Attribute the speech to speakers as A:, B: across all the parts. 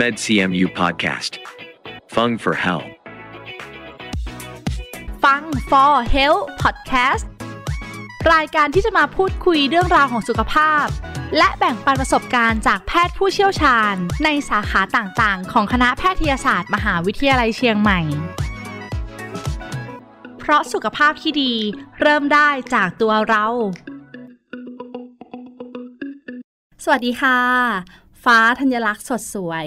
A: MedCMU Podcast. Fung for Health.
B: ฟัง for health podcast รายการที่จะมาพูดคุยเรื่องราวของสุขภาพ และแบ่งปันประสบการณ์จากแพทย์ผู้เชี่ยวชาญ ในสาขาต่างๆ ของคณะแพทยศาสตร์ มหาวิทยาลัยเชียงใหม่ เพราะสุขภาพที่ดี เริ่มได้จากตัวเรา สวัสดีค่ะ ฟ้าธัญลักษณ์สดสวย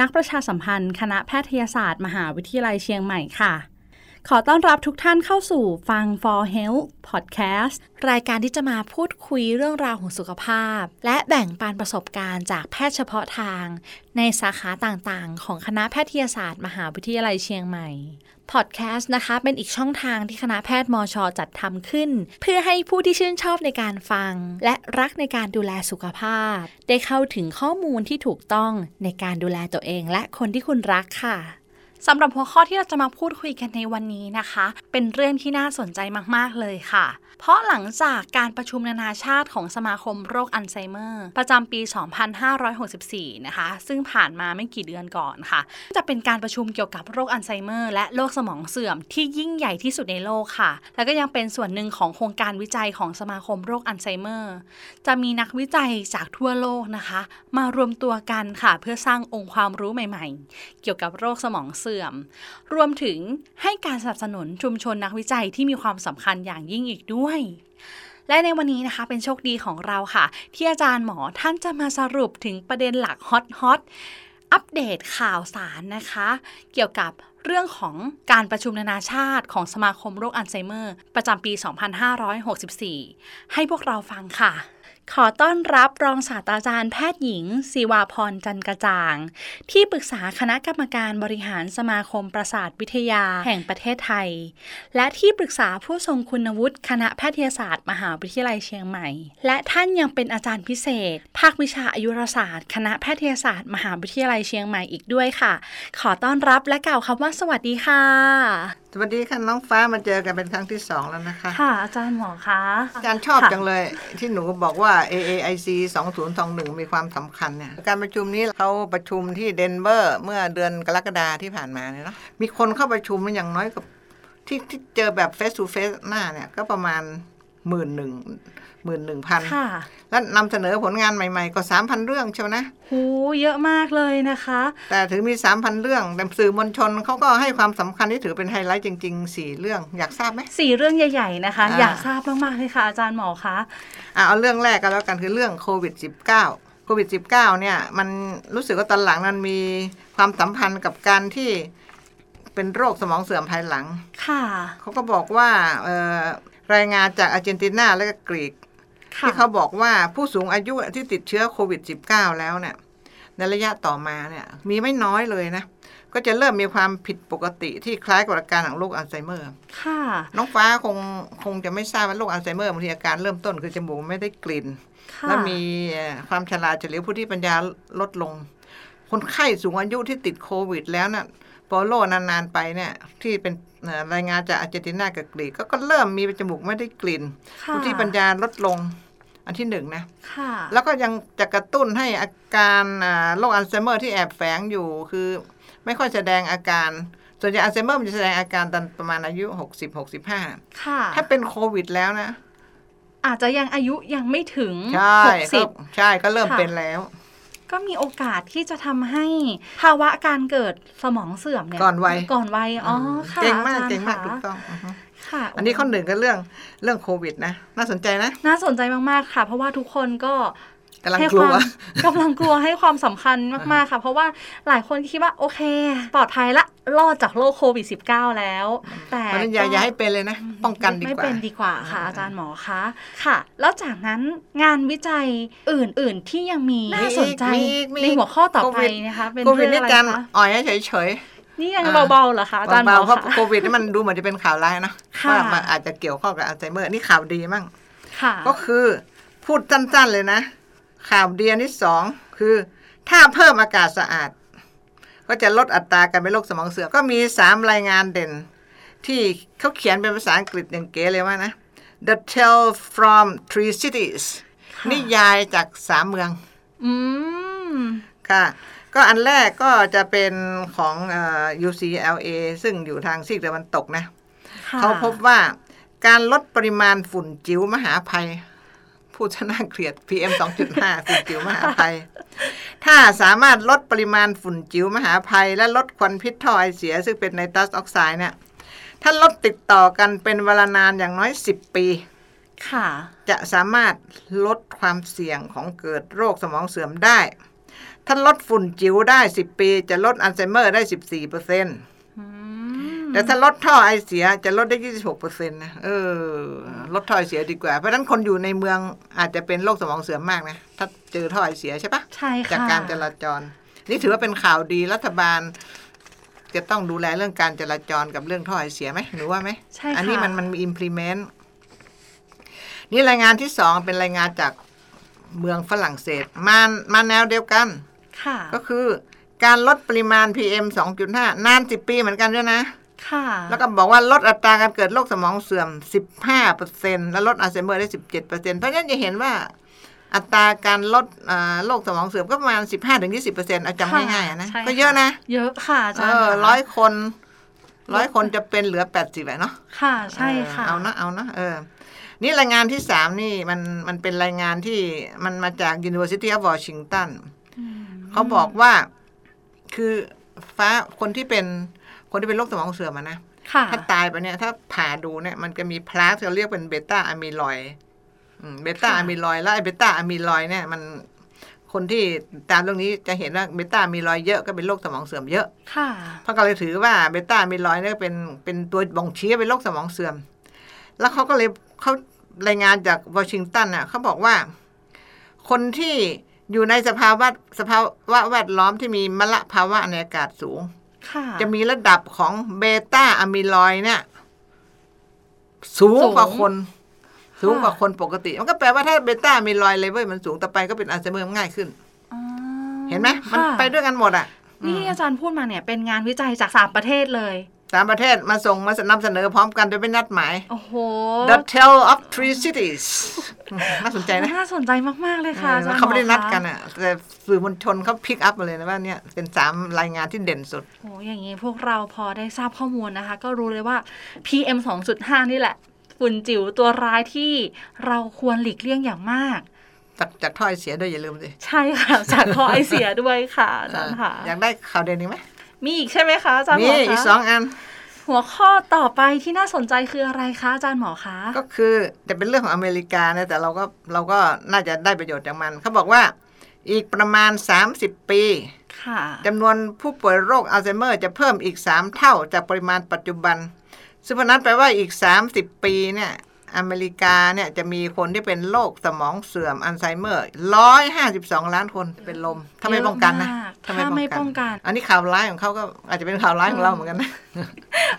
B: นักประชาสัมพันธ์ คณะแพทยศาสตร์ มหาวิทยาลัยเชียงใหม่ค่ะ ขอต้อนรับทุกท่านเข้าสู่ฟัง For Health Podcast
C: รายการที่จะมาพูดคุยเรื่องราวของสุขภาพ และแบ่งปันประสบการณ์จากแพทย์เฉพาะทาง ในสาขาต่างๆ ของคณะแพทยศาสตร์ มหาวิทยาลัยเชียงใหม่ พอดแคสต์นะคะ เป็นอีกช่องทางที่คณะแพทย์มอชอจัดทำขึ้น เพื่อให้ผู้ที่ชื่นชอบในการฟัง และรักในการดูแลสุขภาพ ได้เข้าถึงข้อมูลที่ถูกต้องในการดูแลตัวเอง และคนที่คุณรักค่ะ
B: สำหรับหัวข้อที่เราจะมาพูดคุยกันในวันนี้นะคะ เป็นเรื่องที่น่าสนใจมากๆเลยค่ะ เพราะหลังจากการประชุมนานาชาติของสมาคมโรคอัลไซเมอร์ ประจำปี 2564 นะคะ ซึ่งผ่านมาไม่กี่เดือนก่อนค่ะ จะเป็นการประชุมเกี่ยวกับโรคอัลไซเมอร์และโรคสมองเสื่อมที่ยิ่งใหญ่ที่สุดในโลกค่ะ แล้วก็ยังเป็นส่วนหนึ่งของโครงการวิจัยของสมาคมโรคอัลไซเมอร์ จะมีนักวิจัยจากทั่วโลกนะคะ มารวมตัวกันค่ะ เพื่อสร้างองค์ความรู้ใหม่ ๆ เกี่ยวกับโรคสมองเสื่อม รวมถึงให้การสนับสนุนชุมชนนักวิจัยที่มีความสำคัญอย่างยิ่งอีกด้วย และในวันนี้นะคะเป็นโชคดีของเราค่ะ ที่อาจารย์หมอท่านจะมาสรุปถึงประเด็นหลักฮอตฮอตๆอัปเดตข่าวสารนะคะ เกี่ยวกับเรื่องของการประชุมนานาชาติของสมาคมโรคอัลไซเมอร์ ประจำปี 2564 ให้พวกเราฟังค่ะ ขอต้อนรับรองศาสตราจารย์แพทย์หญิง ศิวาพรจันกระจ่าง ที่ปรึกษาคณะกรรมการบริหารสมาคมประสาทวิทยาแห่งประเทศไทย และที่ปรึกษาผู้ทรงคุณวุฒิคณะแพทยศาสตร์ มหาวิทยาลัยเชียงใหม่ และท่านยังเป็นอาจารย์พิเศษ ภาควิชาอายุรศาสตร์ คณะแพทยศาสตร์ มหาวิทยาลัยเชียงใหม่อีกด้วยค่ะ ขอต้อนรับและกล่าวคำว่าสวัสดีค่ะ
D: สวัสดีค่ะน้องฟ้ามาเจอกันเป็นครั้งที่สองแล้วนะคะ
B: ค่ะ อาจารย์หมอคะ
D: อาจารย์ชอบจังเลยที่หนูบอกว่า AAIC 2021 มีความสำคัญเนี่ยการประชุมนี้เขาประชุมที่เดนเวอร์ เมื่อเดือนกรกฎาที่ผ่านมาเนี่ยเนาะมีคนเข้าประชุมอย่างน้อยกับที่ที่เจอแบบเฟส o ูเฟสหน้าเนี่ยก็ประมาณหมื่นหนึ่งหมื่นหนึ่งพัน
B: ค่ะ
D: และนำเสนอผลงานใหม่ๆ ก็สามพันเรื่องเชียวนะ
B: โหเยอะมากเลยนะคะ
D: แต่ถึงมีสามพันเรื่องแต่สื่อมวลชนเขาก็ให้ความสำคัญที่ถือเป็นไฮไลท์จริงๆสี่เรื่องอยากทราบไหม
B: สี่เรื่องใหญ่ ๆ นะคะ
D: อ่า
B: อยากทราบมากๆเลยค่ะ อาจารย์หมอคะ
D: อ่ะเอาเรื่องแรกกันแล้วกันคือเรื่องโควิด -19 โควิด -19 เนี่ยมันรู้สึกว่าตอนหลังมันมีความสัมพันธ์กับการที่เป็นโรคสมองเสื่อมภายหลัง
B: ค่ะ
D: เขาก็บอกว่าเอ่อรายงานจากอาร์เจนตินาและก็กรีก
B: ค่ะ
D: ที่เขาบอกว่าผู้สูงอายุที่ติดเชื้อโควิด -19 แล้วเนี่ยในระยะต่อมาเนี่ยมีไม่น้อยเลยนะ ก็จะเริ่มมีความผิดปกติที่คล้ายกับอาการของโรคอัลไซเมอร์
B: ค่ะ
D: น้องฟ้าคงคงจะไม่ทราบว่าโรคอัลไซเมอร์บางทีอาการเริ่มต้นคือจมูกไม่ได้กลิ่น
B: ค่ะ
D: และมีเอ่อความฉลาดเฉลียวผู้ที่ปัญญาลดลง คนไข้สูงอายุที่ติดโควิดแล้วน่ะปอโลนาน ๆ ไปเนี่ยที่เป็นเอ่อรายงานจากอาร์เจนตินากับกรีกก็ก็เริ่มมีจมูกไม่ได้กลิ่น
B: ค่ะ
D: ผู้ที่ปัญญาลดลง อันที่หนึ่งนะ
B: ค่ะ
D: แล้วก็ยังจะกระตุ้นให้อาการอ่าโรคอัลไซเมอร์ที่แอบแฝงอยู่คือไม่ค่อยแสดงอาการ ส่วนใหญ่อัลไซเมอร์มันจะแสดงอาการตอนประมาณอายุ 60-65
B: ค่ะ
D: ถ้าเป็นโควิดแล้วนะ
B: อาจจะยังอายุยังไม่ถึง
D: ใช่
B: หกสิบ
D: ก็ใช่ก็เริ่ม
B: ค่ะ
D: เป็นแล้ว
B: ก็มีโอกาสที่จะทำให้ ภาวะการเกิดสมองเสื่อมเนี่ย
D: ก่อนวัย
B: ก่อนวัย อ๋อ ค่ะ
D: เก่งมาก
B: อจรย์
D: เก่งมากถู
B: คะ
D: กต้องอือฮึ
B: ค่ะ
D: อันนี้ข้อหนึ่งก็เรื่องเรื่องโควิดนะ น่าสนใจนะ
B: น่าสนใจมากๆค่ะ เพราะว่าทุกคนก็
D: กำลัง
B: ให้
D: ก
B: ค
D: ลั
B: วาว ม กำลังกลัวให้ความสำคัญมาก ๆ ค่ะ เพราะว่าหลายคนคิดว่าโอเค ปลอดภัยละ รอดจากโรคโควิด -19 แล้ว แต่
D: เพราะฉะนั้นอย่าอย่าให้เป็นเลยนะ ป้องกันดี
B: ไม่
D: กว่า
B: เป็นดีกว่าค่ะ
D: อ่า
B: อาจารย์หมอคะค่ะ แล้วจากนั้นงานวิจัยอื่น ๆ ที่ยังมีน่าสนใจ
D: มีอีกมี
B: ใน
D: อีก
B: หัวข้อต่อไป
D: โวิด
B: นะคะ เป็น
D: โควิ
B: เรื่
D: ด
B: องอะ
D: นี่
B: ไร
D: การ
B: คะ
D: อ่อยเฉย
B: นี่ยัง
D: อ่า
B: เบาๆเหรอคะ
D: ๆ
B: อาจารย์หม
D: เบา
B: อ
D: ๆเพราะ
B: คะ
D: โควิดนี่มันดูเหมือนจะเป็นข่าวร้ายนะ
B: ค่ะ
D: ว่ามันอาจจะเกี่ยวข้องกับอัลไซเมอร์นี่ข่าวดีมั่ง
B: ค่ะ
D: ก็คือพูดสั้นๆเลยนะ ข่าวเดียนที่สองคือ ถ้าเพิ่มอากาศสะอาด ก็จะลดอัตราการเป็นโรคสมองเสื่อมก็มีสามรายงานเด่น ที่เขาเขียนเป็นภาษาอังกฤษอย่างเก๋เลยว่านะ The Tale from Three Cities
B: ค่ะ
D: นิยายจากสามเมือง
B: อืม
D: ค่ะ ก็อันแรกก็จะเป็นของเอ่อ UCLA ซึ่งอยู่ทางซีกตะวันตกนะ
B: ค่ะ
D: เขาพบว่าการลดปริมาณฝุ่นจิ๋วมหาภัย พูดชนะเกลียด PM 2.5 ฝุ่นจิ๋วมหาภัย ถ้าสามารถลดปริมาณฝุ่นจิ๋วมหาภัย และลดควันพิษท่อไอเสีย ซึ่งเป็นไนตรัสออกไซด์เนี่ยถ้าลดติดต่อกันเป็นเวลานานอย่างน้อย 10 ปี
B: ค่ะ
D: จะสามารถลดความเสี่ยงของเกิดโรคสมองเสื่อมได้ ถ้าลดฝุ่นจิ๋วได้ 10 ปี จะลดอัลไซเมอร์ได้ 14เปอร์เซ็นต์
B: อืม
D: แต่ถ้าลดท่อไอเสียจะลดได้ยี่สิบหกเปอร์เซ็นต์นะเออลดท่อไอเสียดีกว่า เพราะฉะนั้นคนอยู่ในเมืองอาจจะเป็นโรคสมองเสื่อมมากนะ ถ้าเจอท่อไอเสียใช่ปะ
B: ใช่ค่ะ
D: จากการจราจร นี่ถือว่าเป็นข่าวดีรัฐบาล จะต้องดูแลเรื่องการจราจรกับเรื่องท่อไอเสียไหมหรือว่าไหม
B: ใช่ค่ะ
D: อันี้มันมันมี implement นี่รายงานที่สองเป็นรายงานจากเมืองฝรั่งเศสมามาแนวเดียวกัน
B: ค่ะ
D: ก็คือ การลดปริมาณ PM 2.5 นาน 10 ปีเหมือนกันด้วยนะ
B: ค่ะ
D: แล้วก็บอกว่าลดอัตราการเกิดโรคสมองเสื่อม 15%และลดอัลไซเมอร์ได้ 17%เพราะฉะนั้นจะเห็นว่าอัตราการลดเอ่อโรคสมองเสื่อมก็ประมาณ 15-20%เอาจำง่ายๆอะนะ
B: ใช่
D: ก็เยอะนะ
B: เยอะค่ะอาจาร
D: เอ
B: ย์
D: อ
B: ค่ะ
D: ร้อยคนร้อยคนจะเป็นเหลือ 80อะเนาะ
B: ค่ะ ใช่ค่ะ
D: เออเอานะเอานะเออ นี่รายงานที่สามนี่มันมันเป็นรายงานที่มันมาจาก University of Washington เขาบอกว่าคือฟ้าคนที่เป็นคนที่เป็นโรคสมองเสื่อมอะนะ
B: ค่ะ
D: ถ้าตายไปเนี่ยถ้าผ่าดูเนี่ยมันจะมีพลาสที่เราเรียกเป็นเบต้าอะมิลอยด์อืมเบต้าอะมิลอยด์แล้วไอ้เบต้าอะมิลอยด์เนี่ยมันคนที่ตามเรื่องนี้จะเห็นว่าเบต้าอะมิลอยด์เยอะก็เป็นโรคสมองเสื่อมเยอะ
B: ค่ะ
D: เพราะก็เลยถือว่าเบต้าอะมิลอยด์เนี่ยเป็นเป็นตัวบ่งชี้ว่าเป็นโรคสมองเสื่อม แล้วเขาก็เลยเขารายงานจากวอชิงตันน่ะเขาบอกว่า คนที่อยู่ในสภาวะสภาวะแวดล้อมที่มีมลภาวะในอากาศสูง
B: ค่ะ
D: จะมีระดับของเบต้าอะมิลอยด์เนี่ย สูงกว่าคน สูงกว่าคนปกติ มันก็แปลว่าถ้าเบต้าอะมิลอยด์เลเวลมันสูงต่อไปก็เป็นอัลไซเมอร์ง่ายขึ้น
B: อ๋อ
D: เห็นไหมมัน
B: ค่ะ
D: ไปด้วยกันหมดอ่ะ
B: นี่อาจารย์พูดมาเนี่ยเป็นงานวิจัยจากสามประเทศเลย
D: สามประเทศมาส่งมานำเสนอพร้อมกันโดยไม่นัดหมาย
B: โอ้โห
D: The Tale of Three Cities น่าสนใจนะ
B: น่าสนใจมาก ๆ เลยค่ะอจรย์
D: เขาไม่ได้นัด
B: หอคะ
D: กันอ่ะ แต่สื่อมวลชนเขาพิกอัพมาเลยนะว่าเนี่ยเป็นสามรายงานที่เด่นสุด
B: โอ้อย่างนี้พวกเราพอได้ทราบข้อมูลนะคะ ก็รู้เลยว่า PM 2.5 นี่แหละ ฝุ่นจิ๋วตัวร้ายที่เราควรหลีกเลี่ยงอย่างมาก
D: จากจากถ้อยเสียด้วยอย่าลืมสิ
B: ใช่ค่ะ จากคอไอเสียด้วยค่ะอาจารย์ค่ะ
D: อยากได้ข่าวเด่นอีกไหม
B: มีอีกใช่ไหมคะอาจารย์ห
D: มี
B: มอคะ
D: อีกสองอัน
B: หัวข้อต่อไปที่น่าสนใจคืออะไรคะอาจารย์หมอคะ
D: ก็คือแต่เป็นเรื่องของอเมริกานะแต่เราก็เราก็น่าจะได้ประโยชน์จากมัน เขาบอกว่าอีกประมาณ 30 ปี
B: ค่ะ
D: จำนวนผู้ป่วยโรคอัลไซเมอร์จะเพิ่มอีก 3 เท่าจากปริมาณปัจจุบัน ซึ่งเพราะนั้นแปลว่าอีก 30 ปีเนี่ยอเมริกาเนี่ยจะมีคนที่เป็นโรคสมองเสื่อมอัลไซเมอร์ 152 ล้านคนเป็นลมถ้าไม่ป้องกันนะ
B: เยอะมากถ้าไม่ป้องกัน
D: อันนี้ข่าวร้ายของเขาก็อาจจะเป็นข่าวร้ายของเราเหมือนกันนะ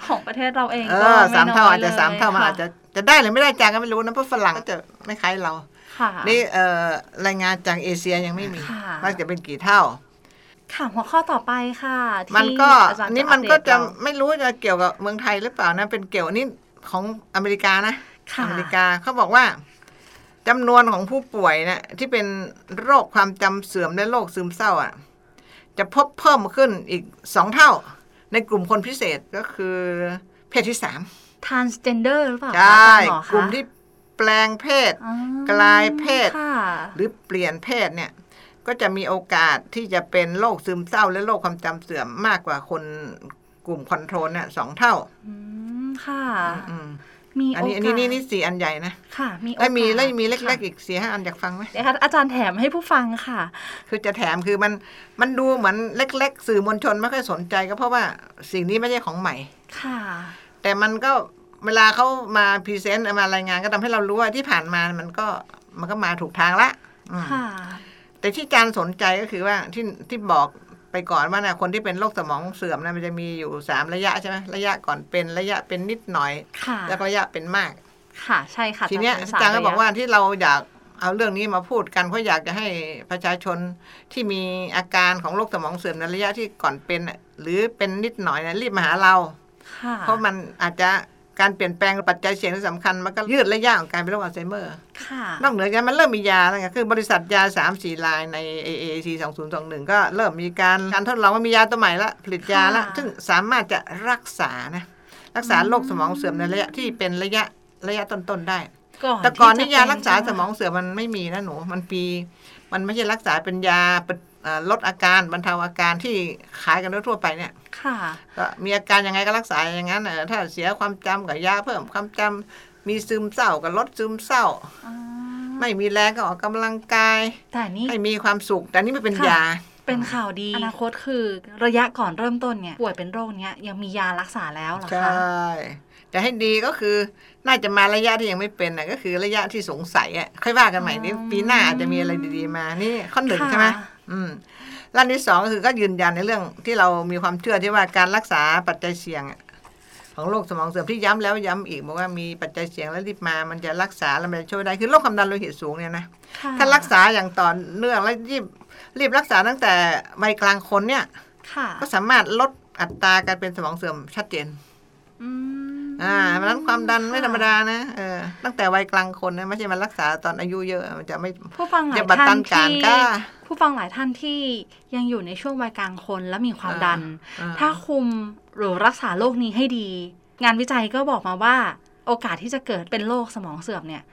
B: ของประเทศเราเอง
D: เอ
B: ก็
D: อ
B: ไม่
D: สาม
B: น้
D: เท่า
B: อย
D: อาจจะ
B: ลย
D: สามเท่ามันอาจจะจะได้หรือไม่ได้จางก็ไม่รู้นะเพราะฝรั่งก็จะไม่คล้ายเรา
B: ค่ะ
D: นี่เอ่อรายงานจากเอเชียยังไม่มี
B: ค่ะ
D: ว่าจะเป็นกี่เท่า
B: ค่ะหัวข้อต่อไปค่ะที่
D: มันก็
B: อาจารย์
D: นี่มันก็
B: อัปเดต
D: จะ
B: เรา
D: ไม่รู้จะเกี่ยวกับเมืองไทยหรือเปล่านะ เป็นเกี่ยวนี่ของอเมริกานะ
B: ค่ะ
D: อเมริกาเขาบอกว่าจำนวนของผู้ป่วยนะที่เป็นโรคความจำเสื่อมและโรคซึมเศร้าอ่ะ จะพบเพิ่มขึ้นอีกสองเท่า ในกลุ่มคนพิเศษก็คือเพศที่สาม
B: transgender หรือเปล่าคะ
D: ใช่
B: อาจารย์หอคะ
D: กลุ่มที่แปลงเพศ
B: อ๋อก
D: ลายเพศ
B: ค่ะ
D: หรือเปลี่ยนเพศเนี่ยก็จะมีโอกาสที่จะเป็นโรคซึมเศร้าและโรคความจำเสื่อมมากกว่าคนกลุ่มคอนโทรลเนี่ยสองเท่า
B: อืมค่ะ
D: อืม
B: มี
D: อัน
B: โอกาส
D: นี้อันนี้นี่นี่สี่อันใหญ่นะ
B: ค่ะ มีโอกา
D: แล้
B: ส
D: วมีแล้วมีเล็ก
B: ค่ะ
D: ๆ อีกสี่ห้าอันอยากฟังไหม
B: เดี๋ยวค่ะอาจารย์แถมให้ผู้ฟังค่ะ
D: คือจะแถมคือมันมันดูเหมือนเล็ก ๆ สื่อมวลชนไม่ค่อยสนใจก็เพราะว่าสิ่งนี้ไม่ใช่ของใหม่
B: ค่ะ
D: แต่มันก็เวลาเขามาพรีเซนต์มารายงานก็ทำให้เรารู้ว่าที่ผ่านมามันก็มันก็มาถูกทางละอืม
B: ค่ะ
D: แต่ที่อาจารย์สนใจก็คือว่าที่ที่บอกไปก่อนว่านะคนที่เป็นโรคสมองเสื่อมนะมันจะมีอยู่สามระยะใช่ไหมระยะก่อนเป็นระยะเป็นนิดหน่อย
B: ค่ะ
D: แล้วก็ระยะเป็นมาก
B: ค่ะ ใช่ค่ะ
D: ทีเนี้ย
B: ป็น
D: อา
B: สม
D: จารย์ก็
B: ระยะ
D: บอกว่าที่เราอยากเอาเรื่องนี้มาพูดกันเพราะอยากจะให้ประชาชนที่มีอาการของโรคสมองเสื่อมในระยะที่ก่อนเป็นน่ะหรือเป็นนิดหน่อยนะรีบมาหาเรา
B: ค่ะ
D: เพราะมันอาจจะ การเปลี่ยนแปลงปัจจัยเสี่ยงที่สำคัญมันก็ยืดระยะของการเป็นโรคอัลไซเมอร์
B: ค่ะ
D: นอกเหนือจากนั้นมันเริ่มมียาแล้วไงคือบริษัทยา 3 4 ลายใน AAC 2 0 2 1 ก็เริ่มมีการการทดลองว่ามียาตัวใหม่ละผลิตยาละ
B: ค่ะ
D: ซึ่งสามารถจะรักษานะรักษาโรคสมองเสื่อมในระยะที่เป็นระยะระยะต้นๆได้ แต่ก่อนนี่
B: ที่จะ
D: ยารักษา
B: เป็น
D: สมองเสื่อมมันไม่มีนะหนู มันปี มันไม่ใช่รักษาเป็นยาเป็นเอ่อลดอาการบรรเทาอาการที่ขายกันทั่วๆไปเนี่ย
B: ค่ะ
D: ก็มีอาการยังไงก็รักษาอย่างนั้นเออถ้าเสียความจำกับยาเพิ่มความจำมีซึมเศร้าก็ลดซึมเศร้า ไม่มีแรงก็ออกกำลังกาย
B: แต่นี่
D: ให้มีความสุข แต่นี่ไม่เป็น
B: ค่ะ
D: ยา
B: เป็นข่าวดีอนาคตคือระยะก่อนเริ่มต้นเนี่ยป่วยเป็นโรคเนี้ยยังมียารักษาแล้วเหรอคะ
D: ใช่ แต่ให้ดีก็คือน่าจะมาระยะที่ยังไม่เป็นน่ะก็คือระยะที่สงสัยอ่ะค่อยว่ากันใหม่นี่ปีหน้าอาจจะมีอะไรดีๆมานี่ข้อหนึ่งใช่ไหม
B: ค่ะ
D: อืมแล้วอันที่สองก็คือก็ยืนยันในเรื่องที่เรามีความเชื่อที่ว่าการรักษาปัจจัยเสี่ยงอะของโรคสมองเสื่อมที่ย้ำแล้วย้ำอีกบอกว่ามีปัจจัยเสี่ยงแล้วรีบมา มันจะรักษาแล้วมันจะช่วยได้คือโรคความดันโลหิตสูงเนี่ยนะ
B: ค่ะ
D: ถ้ารักษาอย่างต่อเนื่องแล้วรีบรีบรักษาตั้งแต่วัยกลางคนเนี่ย
B: ค่ะ
D: ก็สามารถลดอัตราการเป็นสมองเสื่อมชัดเจน
B: อืม
D: อ่าเพราะฉะนั้นความดันไม่ธรรมดานะเออตั้งแต่วัยกลางคนนะไม่ใช่มารักษาตอนอายุเยอะมันจะไม่
B: ผู้ฟังหลา
D: อย ย่าบัด
B: ท่าน
D: ตันการ
B: ที่
D: กล้า
B: ผู้ฟังหลายท่านที่ยังอยู่ในช่วงวัยกลางคนและมีความ
D: อ่า
B: ดัน
D: อ่า
B: ถ้าคุมหรือรักษาโรคนี้ให้ดี งานวิจัยก็บอกมาว่า โอกาสที่จะเกิดเป็นโรคสมองเสื่อมเนี่ย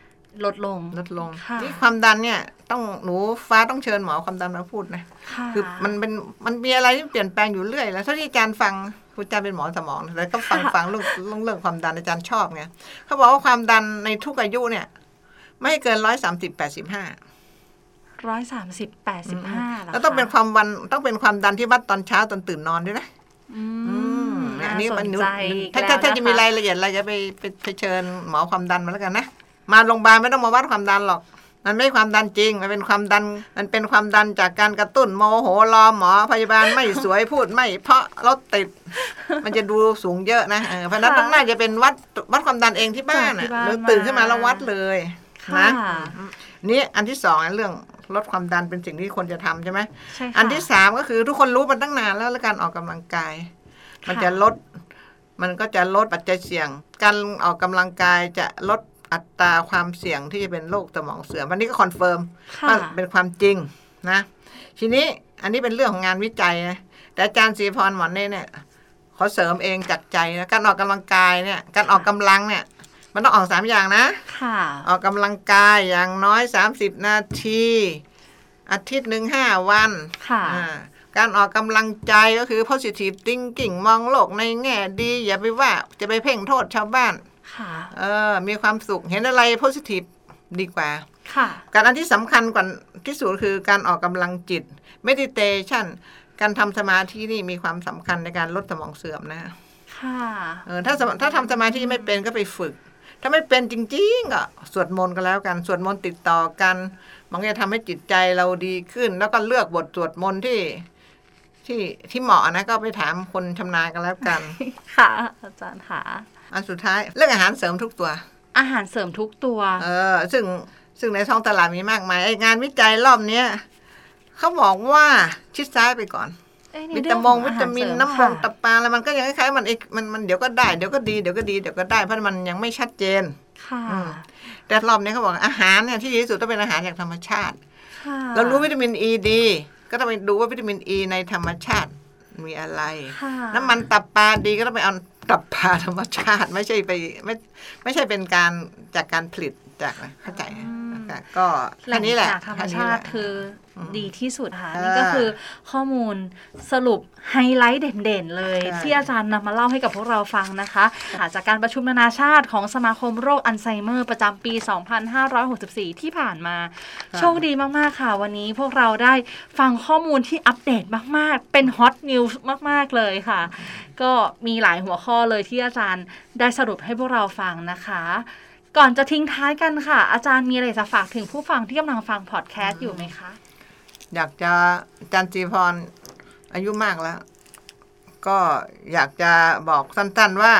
B: ลดลง
D: ลดลง
B: ค่ะ
D: นี่ความดันเนี่ยต้องหนูฟ้าต้องเชิญหมอความดันมาพูดนะ
B: ค่ะ
D: คือมันเป็นมันมีอะไรที่เปลี่ยนแปลงอยู่เรื่อย แล้วเท่าที่อาจารย์ฟังคุณอาจารย์เป็นหมอสมองนะแล้วก็ฟังฟังเรื่องเรื่องเรื่องความดันอาจารย์ชอบไงเขาบอกว่าความดันในทุกอายุเนี่ย ไม่เกินร้อยสามสิบแปดสิบห้า
B: ร้อยสามสิบแปดสิบห้า
D: แล้วต้องเป็นความวันต้องเป็นความดันที่วัดตอนเช้าตอนตื่นนอนด้วยนะ
B: อื
D: อื
B: ม
D: ม
B: น่า
D: อันนี้
B: ส
D: มัน
B: น
D: หนู
B: ใจ
D: ถ้า
B: อีก
D: ถ้าถ้า
B: แล้วน
D: จะมีรายละเอียดอะไรจะไปไปไปเชิญหมอความดันมาแล้วกันนะมาโรงพยาบาลไม่ต้องมาวัดความดันหรอก มันไม่ใช่ความดันจริง มันเป็นความดัน มันเป็นความดันจากการกระตุ้นโมโหรอหมอพยาบาลไม่สวย พูดไม่เพราะรถติด มันจะดูสูงเยอะนะเออเพราะฉะนั้นต้องน่าจะเป็นวัดวัดความดันเองที่บ้าน
B: ที่
D: น่ะ
B: บ้าน
D: หรือตื่นขึ้นมา
B: มา
D: แล้ววัดเลย
B: ค่ะ
D: นะนี่อันที่สองเรื่องลดความดันเป็นสิ่งที่ควรจะทำใช่ไหม
B: ใช่ค่ะ
D: อันที่สามก็คือทุกคนรู้มันตั้งนานแล้วแล้วการออกกำลังกาย มัน
B: ค่ะ
D: จะลด มันก็จะลดปัจจัยเสี่ยง การออกกำลังกายจะลดอัตราความเสี่ยงที่จะเป็นโรคสมองเสื่อมอันนี้ก็คอนเฟิร์ม
B: ค่ะ
D: ว่าเป็นความจริงนะทีนี้อันนี้เป็นเรื่องของงานวิจัยนะแต่อาจารย์ศรีพรหมอนเน่เนี่ยขอเสริมเองจากใจนะการออกกำลังกายเนี่ย การออกกำลังเนี่ย มันต้องออกสามอย่างนะ
B: ค่ะ
D: ออกกำลังกายอย่างน้อย 30 นาที อาทิตย์หนึ่งห้าวัน
B: ค่ะ
D: อ่าการออกกำลังใจก็คือ positive thinking มองโลกในแง่ดี อย่าไปว่าจะไปเพ่งโทษชาวบ้าน
B: ค่ะ
D: เออ มีความสุขเห็นอะไร positive ดีกว่า
B: ค่ะ
D: การอันที่สำคัญกว่าที่สุดคือการออกกำลังจิต meditation การทำสมาธินี่มีความสำคัญในการลดสมองเสื่อมนะ
B: ค่ะ
D: เออถ้าสมถ้าทำสมาธิไม่เป็นก็ไปฝึก ถ้าไม่เป็นจริงๆก็สวดมนต์ก็แล้วกัน สวดมนต์ติดต่อกัน มันก็จะทำให้จิตใจเราดีขึ้น แล้วก็เลือกบทสวดมนต์ที่ที่ที่เหมาะนะก็ไปถามคนชำนาญกันแล้ว กัน
B: ค่ะ อาจารย์ค่ะ
D: อันสุดท้ายเรื่องอาหารเสริมทุกตัว
B: อาหารเสริมทุกตัว
D: เออซึ่งซึ่งในท้องตลาดมีมากมายไอ้งานวิจัยรอบเนี้ยเขาบอกว่าชิดซ้ายไปก่อน
B: เอ้ยใน
D: วิ
B: เรื่
D: ตา
B: องข
D: ม
B: อง อ
D: วิ
B: หร
D: ตามิน
B: เสริ
D: น้ำม
B: ค่ะ
D: งตับปลาอะไรมันก็ยังคล้ายๆมันเอกมันมันเดี๋ยวก็ได้เดี๋ยวก็ดีเดี๋ยวก็ดีเดี๋ยวก็ได้เพราะมันยังไม่ชัดเจน
B: ค่ะ
D: อืม แต่รอบนี้เขาบอกอาหารเนี่ยที่ดีที่สุดต้องเป็นอาหารจากธรรมชาติ
B: ค่ะ
D: เรารู้วิตามินอีดี ก็ต้องไปดูว่าวิตามินอีในธรรมชาติมีอะไร
B: ค่ะ
D: น้ำมันตับปลาดีก็ต้องไปเอาตับปลาธรรมชาติ ไม่ใช่ไปไม่ไม่ใช่เป็นการจากการผลิตจากอะไรเข้าใจนะคะก็
B: แหล่
D: แค่
B: ง
D: นี้แหละ
B: จากธรรม
D: แค่นี้
B: ชา
D: แหละ
B: ติคืออดีที่สุดค่ะ
D: อ่านี่
B: นี่ก็คือข้อมูลสรุปไฮไลท์เด่นๆเลย
D: ใช่
B: ที่อาจารย์นำมาเล่าให้กับพวกเราฟังนะคะค่ะจากการประชุมนานาชาติของสมาคมโรคอัลไซเมอร์ประจำปี 2564 ที่ผ่านมา โชคดีมาก ๆ ค่ะ วันนี้พวกเราได้ฟังข้อมูลที่อัปเดตมาก ๆ เป็นฮอตนิวส์มาก ๆ เลยค่ะ ก็มีหลายหัวข้อเลยที่อาจารย์ได้สรุปให้พวกเราฟังนะคะ ก่อนจะทิ้งท้ายกันค่ะ อาจารย์มีอะไรจะฝากถึงผู้ฟังที่กำลังฟังพอดแคสต์อยู่ไหมคะ
D: อยากจะอาจันจีพรอายุมากแล้ว ก็อยากจะบอกสั้นๆว่า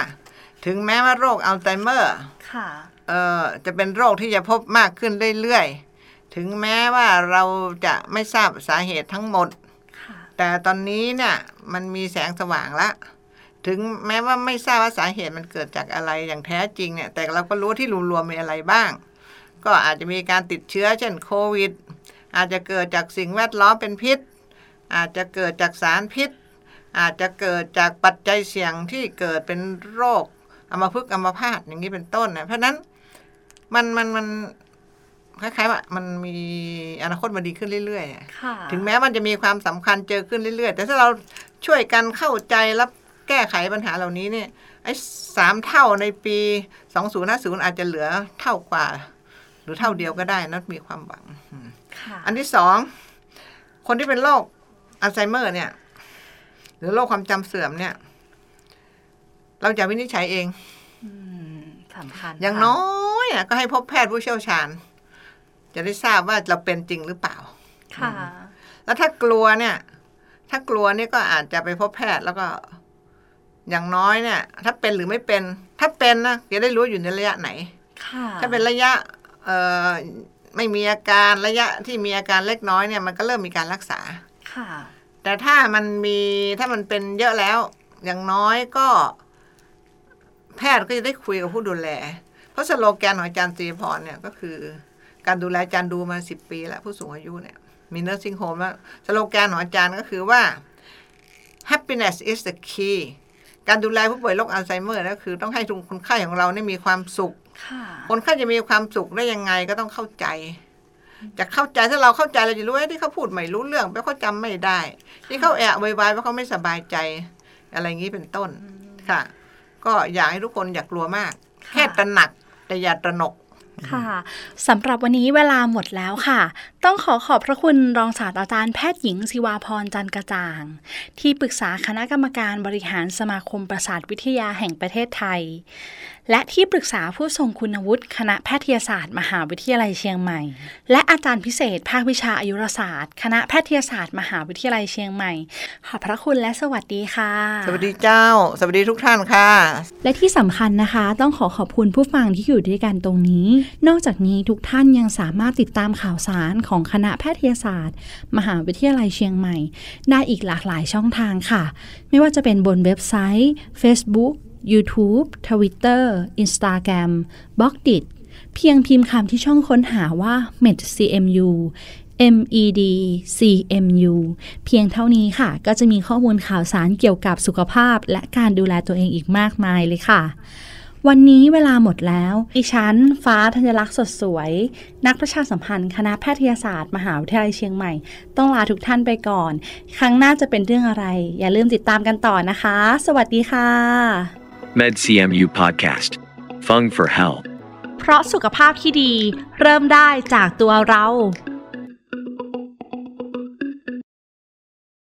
D: ถึงแม้ว่าโรคอัลไซเมอร์
B: ค่ะ
D: เอ่อจะเป็นโรคที่จะพบมากขึ้นเรื่อยๆ ถึงแม้ว่าเราจะไม่ทราบสาเหตุทั้งหมด
B: ค่ะ
D: แต่ตอนนี้เนี่ยมันมีแสงสว่างละ ถึงแม้ว่าไม่ทราบว่าสาเหตุมันเกิดจากอะไรอย่างแท้จริงเนี่ย แต่เราก็รู้ว่าที่รวมๆมีอะไรบ้าง ก็อาจจะมีการติดเชื้อ เช่นโควิด อาจจะเกิดจากสิ่งแวดล้อมเป็นพิษ อาจจะเกิดจากสารพิษ อาจจะเกิดจากปัจจัยเสี่ยงที่เกิดเป็นโรคอัมพฤกษ์อัมพาตอย่างนี้เป็นต้นนะเพราะฉะนั้นมันมันมันคล้ายๆว่ามันมีอนาคตมันดีขึ้นเรื่อยๆอะ
E: ค่ะ
D: ถึงแม้มันจะมีความสำคัญเจอขึ้นเรื่อยๆ แต่ถ้าเราช่วยกันเข้าใจและแก้ไขปัญหาเหล่านี้เนี่ยไอ้สามเท่าในปี 2050 อาจจะเหลือเท่ากว่า หรือเท่าเดียวก็ได้นะมีความหวัง
E: ค่ะ
D: อันที่สอง คนที่เป็นโรคอัลไซเมอร์เนี่ย หรือโรคความจำเสื่อมเนี่ย เราจะวินิจฉัยเอง
E: มสำคัญ
D: อย่างน้อยอะก็ให้พบแพทย์ผู้เชี่ยวชาญ จะได้ทราบว่าเราเป็นจริงหรือเปล่า
E: ค่ะ
D: แล้วถ้ากลัวเนี่ย ถ้ากลัวเนี่ยก็อาจจะไปพบแพทย์แล้วก็ อย่างน้อยเนี่ย ถ้าเป็นหรือไม่เป็น ถ้าเป็นนะจะได้รู้อยู่ในระยะไหน
E: ค่ะ
D: ถ้าเป็นระยะ เอ่อไม่มีอาการระยะที่มีอาการเล็กน้อยเนี่ยมันก็เริ่มมีการรักษา
E: ค่ะ
D: แต่ถ้ามันมีถ้ามันเป็นเยอะแล้ว อย่างน้อยก็ แพทย์ก็จะได้คุยกับผู้ดูแล เพราะสโลแกนของอาจารย์ตรีพรเนี่ยก็คือ การดูแลอาจารย์ดูมาสิบปีแล้ว ผู้สูงอายุเนี่ย มีเนอร์ซิงโฮมแล้วสโลแกนของอาจารย์ก็คือว่า happiness is the key การดูแลผู้ป่วยโรคอัลไซเมอร์ก็คือต้องให้ทุกคนไข้ของเราเนี่ยมีความสุข
E: ค่ะ
D: คนไข้จะมีความสุขได้ยังไงก็ต้องเข้าใจ จะเข้าใจถ้าเราเข้าใจเราจะรู้ว่าที่เขาพูดไม่รู้เรื่องเพราะเขาจำไม่ได้ ที่เขาแอะวายวายเพราะเขาไม่สบายใจ อะไรอย่างนี้เป็นต้นค่ะ ก็อยากให้ทุกคนอย่ากลัวมาก
E: ค่ะ
D: แค่ตระหนักแต่อย่าตระหนก
B: ค่ะสำหรับวันนี้เวลาหมดแล้วค่ะ ต้องขอขอบพระคุณรองศาสตราจารย์แพทย์หญิงศิวาพรจันทร์กระจ่าง ที่ปรึกษาคณะกรรมการบริหารสมาคมประสาทวิทยาแห่งประเทศไทย และที่ปรึกษาผู้ทรงคุณวุฒิคณะแพทยศาสตร์ มหาวิทยาลัยเชียงใหม่ และอาจารย์พิเศษ ภาควิชาอายุรศาสตร์ คณะแพทยศาสตร์ มหาวิทยาลัยเชียงใหม่ ขอบพระคุณและสวัสดีค่ะ
D: สวัสดีเจ้า สวัสดีทุกท่านค่ะ
B: และที่สำคัญนะคะต้องขอขอบคุณผู้ฟังที่อยู่ด้วยกันตรงนี้ นอกจากนี้ทุกท่านยังสามารถติดตามข่าวสารของคณะแพทยศาสตร์ มหาวิทยาลัยเชียงใหม่ ได้อีกหลากหลายช่องทางค่ะ ไม่ว่าจะเป็นบนเว็บไซต์ Facebook YouTube Twitter Instagram b l o g d i t เพียงพิมพ์คำที่ช่องค้นหาว่า medcmu medcmu เพียงเท่านี้ค่ะ ก็จะมีข้อมูลข่าวสารเกี่ยวกับสุขภาพ และการดูแลตัวเองอีกมากมายเลยค่ะ วันนี้เวลาหมดแล้ว อีฉัน ฟ้าธัญลักษณ์สดสวย นักประชาสัมพันธ์คณะแพทยศาสตร์ มหาวิทยาลัยเชียงใหม่ ต้องลาทุกท่านไปก่อน ครั้งหน้าจะเป็นเรื่องอะไร อย่าลืมติดตามกันต่อนะคะ สวัสดีค่ะ
A: MedCMU Podcast. Fung for Health.
B: เพราะสุขภาพที่ดี เริ่มได้จากตัวเรา